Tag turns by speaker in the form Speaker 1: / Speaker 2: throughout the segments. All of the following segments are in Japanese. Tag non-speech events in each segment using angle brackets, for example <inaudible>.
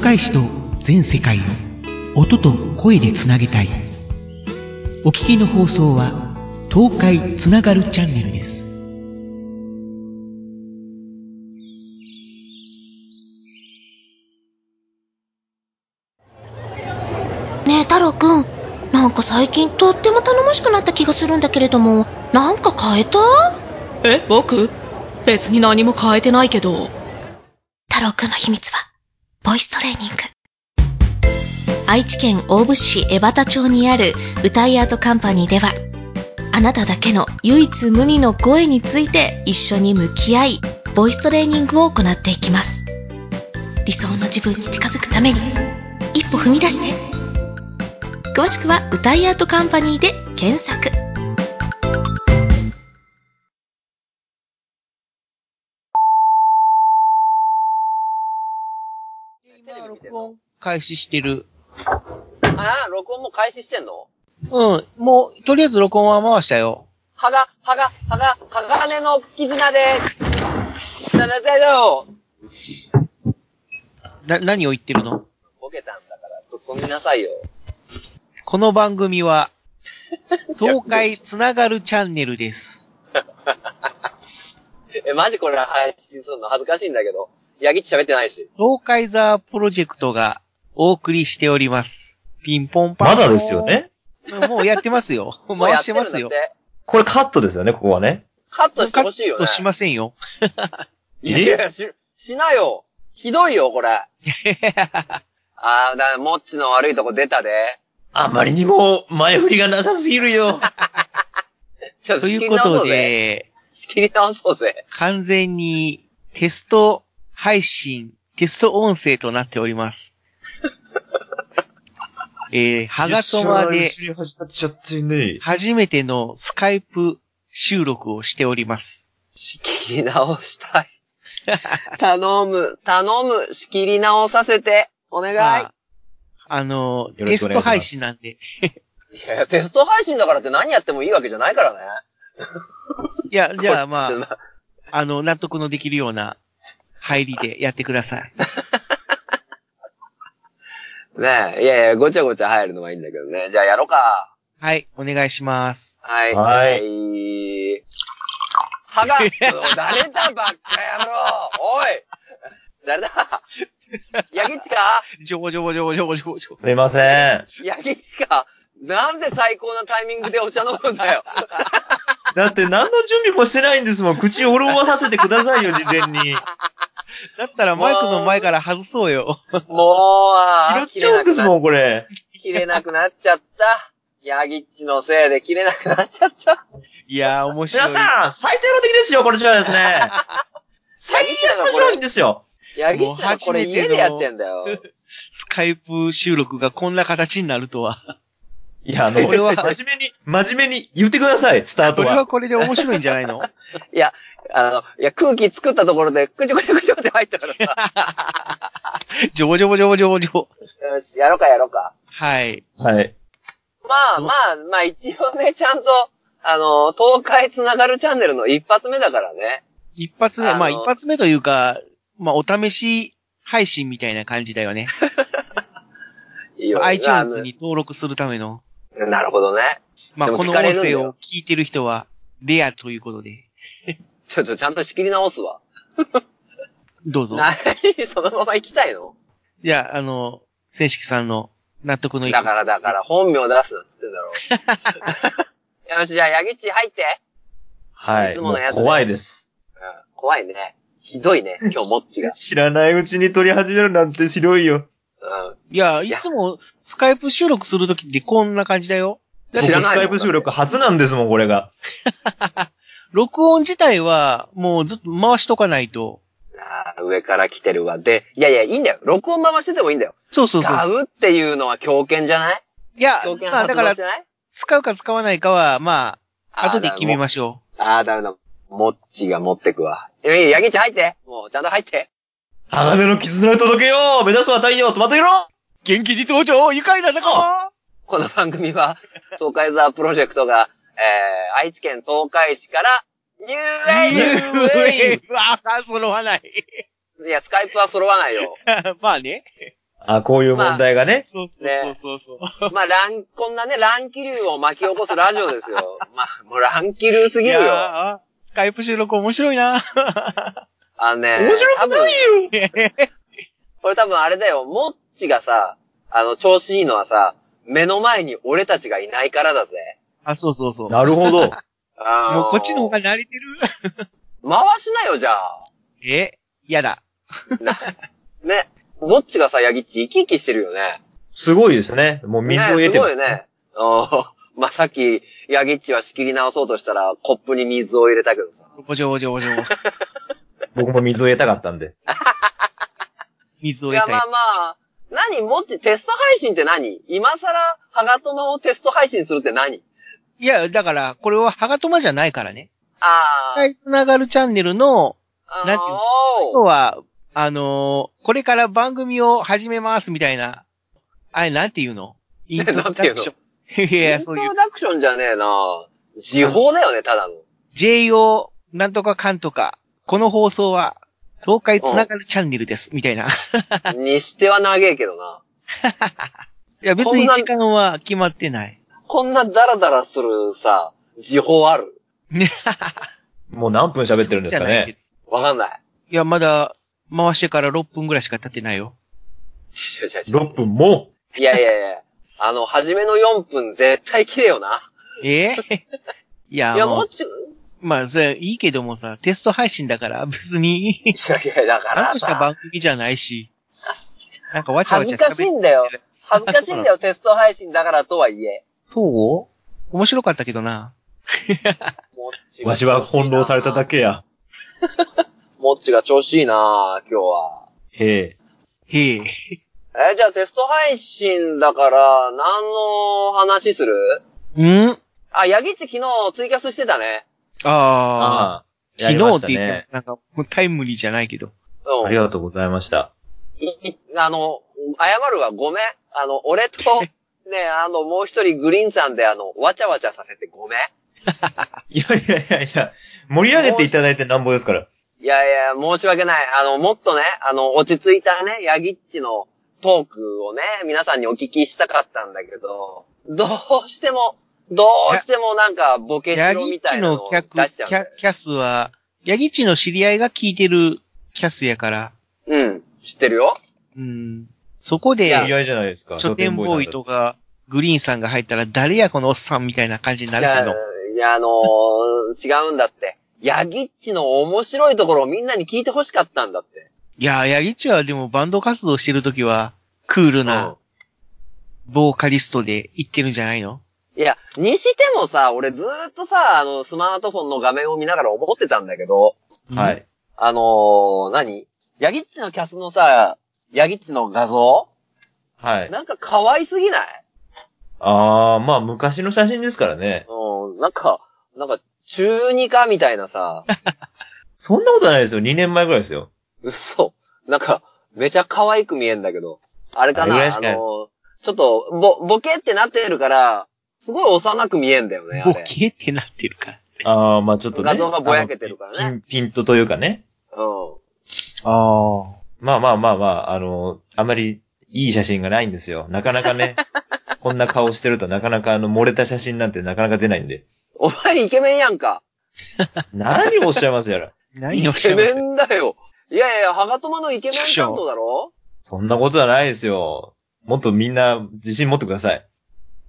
Speaker 1: 大使と全世界を音と声でつなげたい。お聞きの放送は東海つながるチャンネルです。
Speaker 2: ねえ太郎くんなんか最近とっても頼もしくなった気がするんだけれどもなんか変えた
Speaker 3: え、僕別に何も変えてないけど。
Speaker 2: 太郎くんの秘密はボイストレーニング愛知県大府市江端町にある歌いアートカンパニーではあなただけの唯一無二の声について一緒に向き合いボイストレーニングを行っていきます理想の自分に近づくために一歩踏み出して詳しくは歌いアートカンパニーで検索
Speaker 4: 今、録音開始してる。
Speaker 5: ああ、録音も開始してんの
Speaker 4: うん。もう、とりあえず録音は回したよ。
Speaker 5: はが、はが、はが、鋼の絆です。なるほど。
Speaker 4: な、何を言ってるの
Speaker 5: ボケたんだから、突っ込みなさいよ。
Speaker 4: この番組
Speaker 5: <laughs>
Speaker 4: は、東海つながるチャンネルです。
Speaker 5: え、マジこれ配信するの恥ずかしいんだけど。ヤギっち喋ってないし。
Speaker 4: 東海ザープロジェクトがお送りしております。ピンポンパン。
Speaker 6: まだですよ。ね。
Speaker 4: もうやってますよ。
Speaker 5: <laughs> もうや
Speaker 4: 回
Speaker 5: っ
Speaker 4: して
Speaker 5: る
Speaker 4: ま
Speaker 5: んだ
Speaker 4: す
Speaker 5: っ
Speaker 4: よ。
Speaker 5: て
Speaker 6: これカットですよね、ここはね。
Speaker 5: カットしてほしいよ
Speaker 4: カッ
Speaker 5: ね。
Speaker 4: トしませんよ。
Speaker 5: いやいや、し、しなよ。ひどい
Speaker 4: <laughs>
Speaker 5: よ、これ。ああ、だ、もっちの悪いとこ出たで。
Speaker 6: あまりにも前振りがなさすぎるよ。
Speaker 5: ちょっ
Speaker 4: と
Speaker 5: 仕
Speaker 4: い
Speaker 5: 切
Speaker 4: う
Speaker 5: り
Speaker 4: こ
Speaker 5: 直そ
Speaker 4: と
Speaker 5: うぜ。
Speaker 4: で、
Speaker 5: 仕切り直そうぜ。
Speaker 4: 完全にテスト配信、テスト音声となっており
Speaker 6: <laughs>
Speaker 4: ます。えー、はがとまで、
Speaker 6: 一緒に始まっちゃってね。
Speaker 4: 初めてのスカイプ収録をしております。
Speaker 5: 仕切り直した
Speaker 6: <laughs>
Speaker 5: い。頼む、頼む、仕切り直させて、お願い。
Speaker 4: ああの、
Speaker 6: よ
Speaker 4: テ
Speaker 6: ろしくお願
Speaker 4: ス
Speaker 6: いします
Speaker 4: ト配信なんで。
Speaker 5: いやいや、テスト配信だからって何やってもいいわけじゃないからね。
Speaker 4: い <laughs> や、じゃあま
Speaker 5: ちょっ
Speaker 4: あ、
Speaker 5: と
Speaker 4: あの、納得のできるような入りでやってくださ <laughs> い。
Speaker 5: <laughs> ねえ、いやいや、ごちゃごちゃ入るのがいいんだけどね。じゃあやろうか。
Speaker 4: はい、お願いします。
Speaker 5: はい。
Speaker 6: はい
Speaker 5: い。はが、誰だばっか野郎おい誰だヤギチか
Speaker 4: ジョボジョボジョボジョボジョボジョボ。
Speaker 6: すいません。
Speaker 5: ヤギチかなんで最高なタイミングでお茶飲むんだ
Speaker 6: <laughs>
Speaker 5: よ。
Speaker 6: だって何の準備もしてないんですもん。口を潤わさせてください <laughs> よ、事前に。
Speaker 4: だったらマイクの前から外そうよ。
Speaker 5: もう、
Speaker 6: 拾
Speaker 5: あ
Speaker 6: っちゃうんですもん、これ。
Speaker 5: 切れなくなっちゃった。ヤギッチのせいで切れなくなっちゃった。
Speaker 4: いやー、面白い
Speaker 6: 皆。さん、最低の敵ですよ、これじゃあですね。 <laughs> 最低の面白いんですよ。
Speaker 5: ヤギッチはこれ家でやってんだよ。
Speaker 4: <laughs> スカイプ収録がこんな形になるとは。
Speaker 6: いや、あの、
Speaker 4: これは
Speaker 6: 真面目に、真面目に言ってください、スター
Speaker 4: こ
Speaker 6: ト
Speaker 4: れ
Speaker 6: は
Speaker 4: は。これで面白いんじゃないの
Speaker 5: いや、あの、いや、空気作ったところで、くちょくちょくちょって入ったからさ。
Speaker 4: <laughs> ジョボジョボジョボジョボジョボ。
Speaker 5: よし、やろうか、やろうか。
Speaker 4: はい。
Speaker 6: はい。
Speaker 5: まあまあ、まあ一応ね、ちゃんと、あの、東海つながるチャンネルの一発目だからね。
Speaker 4: 一発目、
Speaker 5: あの
Speaker 4: まあ一発目というか、まあお試し配信みたいな感じだよね。
Speaker 5: いいよ
Speaker 4: iTunes に登録するための。
Speaker 5: あのなるほどね。
Speaker 4: まあ
Speaker 5: でも
Speaker 4: この
Speaker 5: 聞か
Speaker 4: 音
Speaker 5: れるんだ
Speaker 4: 声
Speaker 5: よ
Speaker 4: を聞いてる人はレアということで。
Speaker 5: ちょっとちゃんと仕切り直すわ。
Speaker 4: どうぞ。
Speaker 5: なそのまま行きたいの
Speaker 4: じゃあ、あの、正式さんの納得のいく
Speaker 5: だからだから、本名出すなって言ってんだろ。よし、じゃあ、ヤギッチ入って。
Speaker 6: はいい。
Speaker 5: つ
Speaker 6: も
Speaker 5: も
Speaker 6: う
Speaker 5: のやつね
Speaker 6: 怖いです。。
Speaker 5: うん、怖いね。ひ
Speaker 4: <laughs>
Speaker 5: どいね、今日もっちが
Speaker 6: 知らないうちに撮り始めるなんてひどいよ。
Speaker 5: うん。
Speaker 4: いや、いつもスカイプ収録するときってこんな感じだよ。
Speaker 6: 僕
Speaker 5: 知ら
Speaker 6: ス
Speaker 5: ない
Speaker 6: カ
Speaker 5: も
Speaker 6: イ
Speaker 5: ん
Speaker 6: プ収録初なんですもん、これが。
Speaker 4: 録音自体はもうずっと回しとかないと。
Speaker 5: あー上から来てるわ。で、いやいや、いいんだよ。録音回しててもいいんだよ。
Speaker 4: そうそうそ
Speaker 5: 使
Speaker 4: う。
Speaker 5: うっていうのは狂犬じゃない
Speaker 4: いや
Speaker 5: 狂、犬
Speaker 4: まあだ
Speaker 5: 発
Speaker 4: か
Speaker 5: 動
Speaker 4: ら
Speaker 5: じゃない
Speaker 4: 使うか使わないかは、まあ、後で決め
Speaker 5: す。
Speaker 4: ましょ
Speaker 5: あーダメだ。もっちが持ってくわ。いやいや、ヤギちゃん入ってもう、ちゃんと入って。
Speaker 6: 鋼の絆を届けよう目指すは太陽止まってみろ
Speaker 4: う。元気に登場愉快な仲
Speaker 5: この番
Speaker 4: <laughs>
Speaker 5: 組は、東海ザープロジェクトが、えー、愛知県東海市から、ニューウェイブ
Speaker 4: <laughs> うえいわあ、揃わない。
Speaker 5: いや、スカイプは揃わないよ。
Speaker 4: <laughs> まあね。
Speaker 6: あ、こういう問題がね。
Speaker 4: そう
Speaker 5: ね
Speaker 4: そうそうそう。
Speaker 5: まあ、乱、こんなね、乱気流を巻き起こすラジオです
Speaker 6: <laughs>
Speaker 5: よ。まあ、もう乱気流す
Speaker 4: い
Speaker 5: ぎるよ。
Speaker 4: や
Speaker 5: あ
Speaker 4: ースカイプ収録面白いな
Speaker 5: のね、
Speaker 6: 面白くな
Speaker 5: 多
Speaker 6: い
Speaker 5: 分
Speaker 6: よ
Speaker 5: これ多分あれだよ、モッチがさ、あの、調子いいのはさ、目の前に俺たちがいないからだぜ。
Speaker 4: <laughs> あ、そうそうそう。
Speaker 6: なるほど。
Speaker 5: あの
Speaker 4: もうこっちの方が慣れてる。 <laughs>
Speaker 5: 回しなよ、じゃあ。
Speaker 4: え嫌だ。
Speaker 6: <laughs>
Speaker 5: なね。モッチがさ、ヤギッチ、生き生きしてるよね。
Speaker 6: すごいですね。もう水を得てます。
Speaker 5: ねすごいね。うんまあ、さっき、ヤギッチは仕切り直そうとしたら、コップに水を入れたけどさ。
Speaker 4: おじょおじょお
Speaker 5: <laughs>
Speaker 4: じょ。
Speaker 6: 僕も水を得たかったんで。
Speaker 4: 水
Speaker 5: い
Speaker 4: を
Speaker 5: や、
Speaker 4: 得たい
Speaker 5: まあ。まあ、何もって、テスト配信って何今更、ハガトマをテスト配信するって何
Speaker 4: いや、だから、これはハガトマじゃないからね。
Speaker 5: あー。
Speaker 4: はい、つながるチャンネルの、
Speaker 5: あ
Speaker 4: なんていうの今日
Speaker 5: ー
Speaker 4: は、あのーこれから番組を始めますみたいな、あれ、なんていうのイントロダクション。いやい
Speaker 5: イ
Speaker 4: や、
Speaker 5: ン
Speaker 4: そ
Speaker 5: ト
Speaker 4: ういう
Speaker 5: ロ、ダクションじゃねえな時報だよね、ただの。
Speaker 4: JO なんとかかんとか、この放送は、東海つながるチャンネルです、みたいな。い
Speaker 5: にしては長えけどな。
Speaker 4: や、別に時間は決まってない。
Speaker 5: こんなダラダラするさ、時報ある
Speaker 4: ね、
Speaker 6: もう何分喋ってるんですかね。
Speaker 5: わかんない。
Speaker 4: いや、まだ、回してから6分ぐらいしか経ってないよ。
Speaker 5: ちょちょちょ
Speaker 6: 6分も
Speaker 5: いやいやいや。あの、初めの4分絶対切れよな。
Speaker 4: ええいや、
Speaker 5: いや、
Speaker 4: も
Speaker 5: も
Speaker 4: う
Speaker 5: っ、ちょ、
Speaker 4: まあ、それいいけどもさ、テスト配信だから、別に、
Speaker 5: いやいや、だか
Speaker 4: ちゃん
Speaker 5: ら
Speaker 4: とした
Speaker 5: さ、
Speaker 4: 番組じゃないし、なんかわちゃわ
Speaker 5: 恥
Speaker 4: ち
Speaker 5: ず
Speaker 4: ゃ喋って
Speaker 5: かしいんだよ。恥ずかしいんだよ、テスト配信だからとはいえ。
Speaker 4: そう面白かったけどな。
Speaker 5: もっち
Speaker 6: う、わしは翻弄されただ。けや。
Speaker 5: もっちが調子いいな今日は。
Speaker 6: へえ。
Speaker 4: へえ。
Speaker 5: え、じゃあテスト配信だから、何の話する
Speaker 4: ん
Speaker 5: あ、ヤギッチ昨日ツイキャスしてたね。
Speaker 4: ああ。
Speaker 6: あ。や
Speaker 4: 昨
Speaker 6: りまし
Speaker 4: 日ったて言って
Speaker 6: ね。
Speaker 4: も、なんか、もうタイムリーじゃないけど。
Speaker 5: うん。
Speaker 6: ありがとうございました。
Speaker 5: いあの、謝るわ、ごめん。あの、俺
Speaker 6: <laughs>
Speaker 5: と、ね、あの、もう一人グリーンさんで、あの、わちゃわちゃさせてごめん。
Speaker 6: いやいやいやいや、盛り上げていただいてなんぼですから。
Speaker 5: いやいや、申し訳ない。あの、もっとね、あの、落ち着いたね、ヤギッチのトークをね、皆さんにお聞きしたかったんだけど、どうしても、どうしてもなんか、ボケし
Speaker 4: ヤ
Speaker 5: ろ
Speaker 4: ギ
Speaker 5: み
Speaker 4: ッ
Speaker 5: た
Speaker 4: チ
Speaker 5: いな
Speaker 4: の
Speaker 5: のを
Speaker 4: キ
Speaker 5: 出
Speaker 4: ャ
Speaker 5: し
Speaker 4: キャ
Speaker 5: ちゃう
Speaker 4: キャ
Speaker 5: んだよ。
Speaker 4: キャスは、ヤギッチの知り合いが聞いてるキャスやから、
Speaker 5: うん、知ってるよ。
Speaker 4: うん。そこで、
Speaker 6: いやいじゃないですか。
Speaker 4: 書店ボーイとか、グリーンさんが入ったら、誰やこのおっさんみたいな感じになるけど。
Speaker 5: いや、あのー違うんだって。ヤギッチの面白いところをみんなに聞いてほしかったんだって。
Speaker 4: いやー、ヤギッチはでもバンド活動してるときは、クールな、ボーカリストで言ってるんじゃないの
Speaker 5: いや、にしてもさ、俺ずーっとさ、あの、スマートフォンの画面を見ながら思ってたんだけど、
Speaker 6: は。い。
Speaker 5: あのー、何ヤギッチのキャスのさ、ヤギッチの画像
Speaker 6: はい。
Speaker 5: なんか可愛すぎない
Speaker 6: ああ、まあ昔の写真ですからね。
Speaker 5: うん、なんか、なんか、中二かみたい
Speaker 4: <laughs>
Speaker 5: なさ、
Speaker 6: そんなことないですよ。2年前ぐらいですよ。
Speaker 5: 嘘。なんか、めちゃ可愛く見えんだけど。あれかな
Speaker 6: あ
Speaker 5: あ
Speaker 6: れぐ
Speaker 5: の
Speaker 6: らいし
Speaker 5: ー、
Speaker 6: か
Speaker 5: ちょっと、ぼ、ボケってなってるから、すごい幼く見えんだよね、あ
Speaker 4: ボ
Speaker 5: れ。
Speaker 4: ケってなってるから。
Speaker 6: ああ、まあちょっとね。
Speaker 5: 画像がぼやけてるからね
Speaker 6: あのピンピントというかね。
Speaker 5: うん。
Speaker 4: ああ。
Speaker 6: まあまあまあまあ、あの、あまりいい写真がないんですよ。なかな
Speaker 5: <laughs>
Speaker 6: かね、こんな顔してるとなかなかあの漏れた写真なんてなかなか出ないんで。
Speaker 5: お前イケメンやんか。
Speaker 6: 何をおっしゃいますやら。
Speaker 4: 何をおっ
Speaker 5: イ
Speaker 4: しゃ
Speaker 5: ケ
Speaker 4: います
Speaker 5: メンだよ。いやいや、ハガトマのイケメン担当だろ
Speaker 6: そんなことはないですよ。もっとみんな自信持ってください。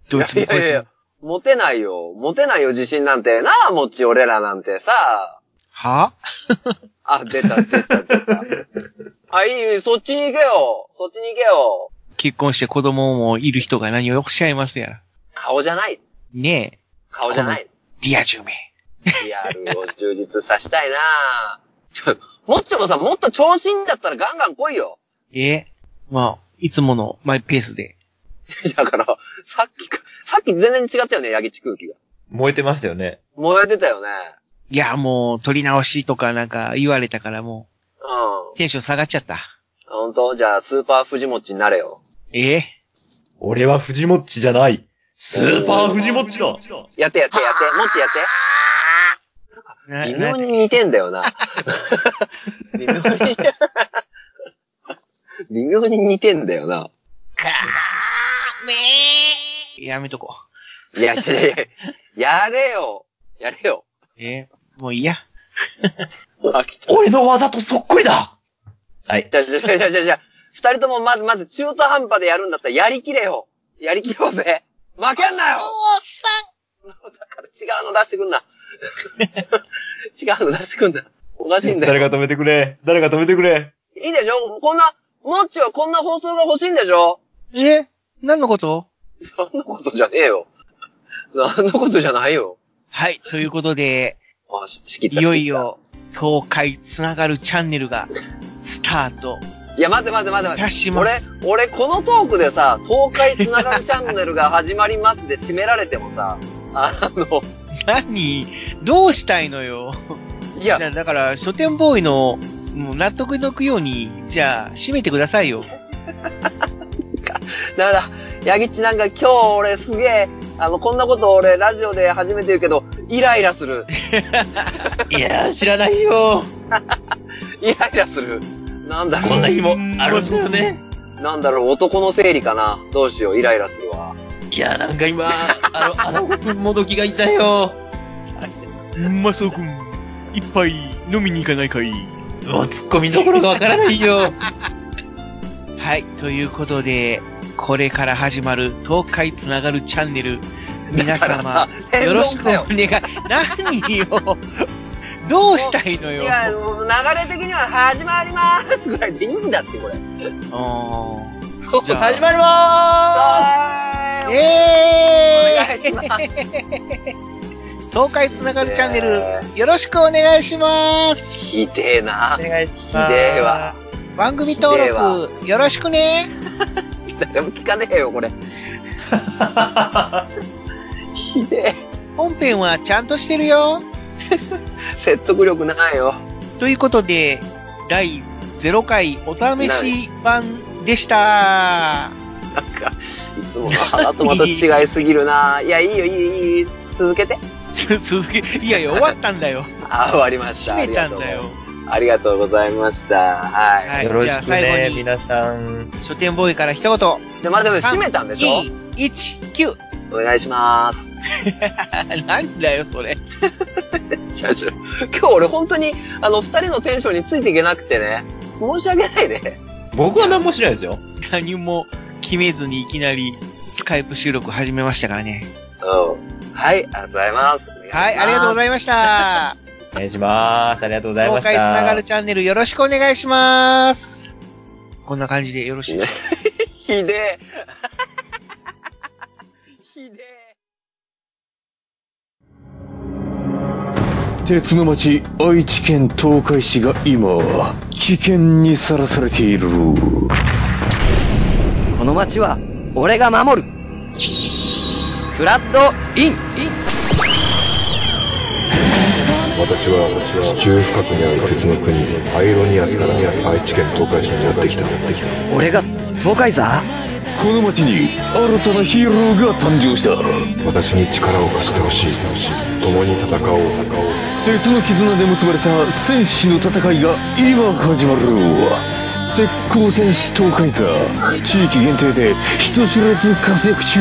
Speaker 4: どいつもこい
Speaker 5: いやい
Speaker 4: つ
Speaker 5: や
Speaker 4: も
Speaker 5: い。モテないよ。モテないよ、自信なんて。なあ、もっち、俺らなんてさ。
Speaker 4: は
Speaker 5: あ、出た、出た、
Speaker 4: <laughs>
Speaker 5: 出た。あ、いい、そっちに行けよ。そっちに行けよ。
Speaker 4: 結婚して子供もいる人が何をおっしゃいますやら。
Speaker 5: 顔じゃない。
Speaker 4: ね
Speaker 5: 顔じゃない。
Speaker 4: え、リア充名。
Speaker 5: リアルを充実させたいなちょ、もっちもさ、もっと調子いいんだったらガンガン来いよ。 <laughs>
Speaker 4: ええまあ、いつものマイペースで。
Speaker 5: だから、さっきか、さっき全然違ったよね、ヤギチ空気が。
Speaker 6: 燃えてましたよね。
Speaker 5: 燃えてたよね。
Speaker 4: いや、もう、撮り直しとかなんか言われたからも
Speaker 5: うん。
Speaker 4: う、テンション下がっちゃった。
Speaker 5: ほんとじゃあ、スーパー藤持ちになれよ。
Speaker 4: ええ
Speaker 6: 俺は藤もっちじゃない。スーパー藤もっちだ
Speaker 5: やってやってやって、もっとやって。
Speaker 4: な
Speaker 5: 微
Speaker 4: な
Speaker 5: 妙に似てんだよな。微妙に。微妙に似てんだよな。
Speaker 4: やめとこ
Speaker 5: いや、ちれ、やれよ。やれよ。
Speaker 4: う。えーもういいや。
Speaker 5: 飽きた。
Speaker 6: 俺の技とそっくりだはい。
Speaker 5: じゃあ、じゃあ、じゃあ、じゃあじゃあ、二人ともまず、まず中途半端でやるんだったらやりきれよ。やりきろうぜ。負けんなよだから違うの出してくんな。違うの出してくんな。おかしいんだよ。
Speaker 6: 誰か止めてくれ。誰か止めてくれ。
Speaker 5: いいでしょこんな、もっちはこんな放送が欲しいんでしょ
Speaker 4: え何のこと
Speaker 5: そんなことじゃねえよ。何のことじゃないよ。
Speaker 4: はい、ということで、
Speaker 5: あ、し仕切った。
Speaker 4: いよい
Speaker 5: 仕
Speaker 4: よ、東海つながるチャンネルが、スタート。
Speaker 5: 切った。いや、待って待って待って
Speaker 4: いた
Speaker 5: 待
Speaker 4: し
Speaker 5: って。
Speaker 4: ま
Speaker 5: 俺
Speaker 4: す、
Speaker 5: 俺このトークでさ、東海つながるチャンネルが始まりますで締められてもさ、あの、
Speaker 4: 何どうしたいのよ。
Speaker 5: いや、
Speaker 4: だだから、書店ボーイの、もう納得のいくように、じゃあ、締めてくださいよ。
Speaker 5: だから、ヤギッチなんか今日俺すげえ、あの、こんなこと俺ラジオで初めて言うけど、イライラする。
Speaker 6: いやー、知らないよ。
Speaker 5: <laughs> イライラする。なんだろう。
Speaker 6: 日もあるんだよね。
Speaker 5: なんだろう、男の生理かな。どうしよう、イライラするわ。
Speaker 6: いやー、なんか今、あの、あの、もどきが痛いよ。
Speaker 4: マソくん、一杯飲みに行かないかい
Speaker 6: もう突っ込みどころがわからないよ。
Speaker 4: はい、ということで、これから始まる東海つながるチャンネル、皆様、
Speaker 5: 天
Speaker 4: よろし
Speaker 5: 丼
Speaker 4: くお
Speaker 5: だよ。
Speaker 4: 願い。何よどうしたいの
Speaker 5: い
Speaker 4: よ
Speaker 5: や、もう流れ的には始まりまーすぐらいでいいんだって、これ。
Speaker 4: うじゃあ
Speaker 5: 始まりま
Speaker 4: ん
Speaker 5: ーす
Speaker 4: え
Speaker 5: 願いしま
Speaker 4: ー、東海つながるチャンネル、よろしくお願いします。
Speaker 5: ひでえな。ひ
Speaker 6: 願いし
Speaker 5: でえわ。
Speaker 4: 番組登
Speaker 5: ひでえわ
Speaker 4: 録、よろしくね。
Speaker 5: 誰も聞かねえよ、
Speaker 4: <laughs>
Speaker 5: これ。ひで
Speaker 4: 本編はちゃんとしてるよ。
Speaker 5: え。説得力ないよ。
Speaker 4: ということで、第0回お試し版でした。
Speaker 5: なんか、いつもの花とまた違いすぎるな。いや、いいよ、いいよ、いいよ。続けて。
Speaker 4: つ <laughs> 続け、いやいや、終わったんだよ。
Speaker 5: あ、終わりました。
Speaker 4: 閉めたんだよ。
Speaker 5: ありがとうございました。はい。
Speaker 4: はい、
Speaker 6: よろ
Speaker 4: じゃ
Speaker 6: し
Speaker 4: あ
Speaker 6: く
Speaker 4: 最
Speaker 6: ね、
Speaker 4: 後に、
Speaker 6: 皆さん。
Speaker 4: 書店ボーイから一言。
Speaker 5: で、まあ、でも閉めたんでしょ
Speaker 4: ?2、1、9。
Speaker 5: お願いします。
Speaker 4: <laughs> なんだよ、それ。
Speaker 5: ちょちょ、 <laughs> 今日俺本当に、あの、二人のテンションについていけなくてね。申し訳ないね。
Speaker 6: 僕は何もしないですよ。
Speaker 4: 何も決めずにいきなりスカイプ収録始めましたからね。
Speaker 5: うん。はい、ありがとうございます。
Speaker 4: はい、ありがとうござ
Speaker 5: い
Speaker 4: いました。
Speaker 6: お願いします。ありがとうございま
Speaker 4: 東
Speaker 6: した。
Speaker 4: 海つながるチャンネルよろしくお願いします。こんな感じでよろしいですか
Speaker 5: ます。
Speaker 4: <laughs>
Speaker 5: ひでえ。ひでえ。
Speaker 7: 鉄の町愛知県東海市が今危険にさらされている
Speaker 8: この街は俺が守るフラッドインイン
Speaker 9: 私は地中深くにある鉄の国アイロニアスから愛知県東海市にやってきた
Speaker 8: 俺が東海座
Speaker 7: この町に新たなヒーローが誕生した
Speaker 9: 私に力を貸してほしい共に戦おう戦おう
Speaker 7: 鉄の絆で結ばれた戦士の戦いが今始まる鉄鋼戦士東海座地域限定で人知れず活躍中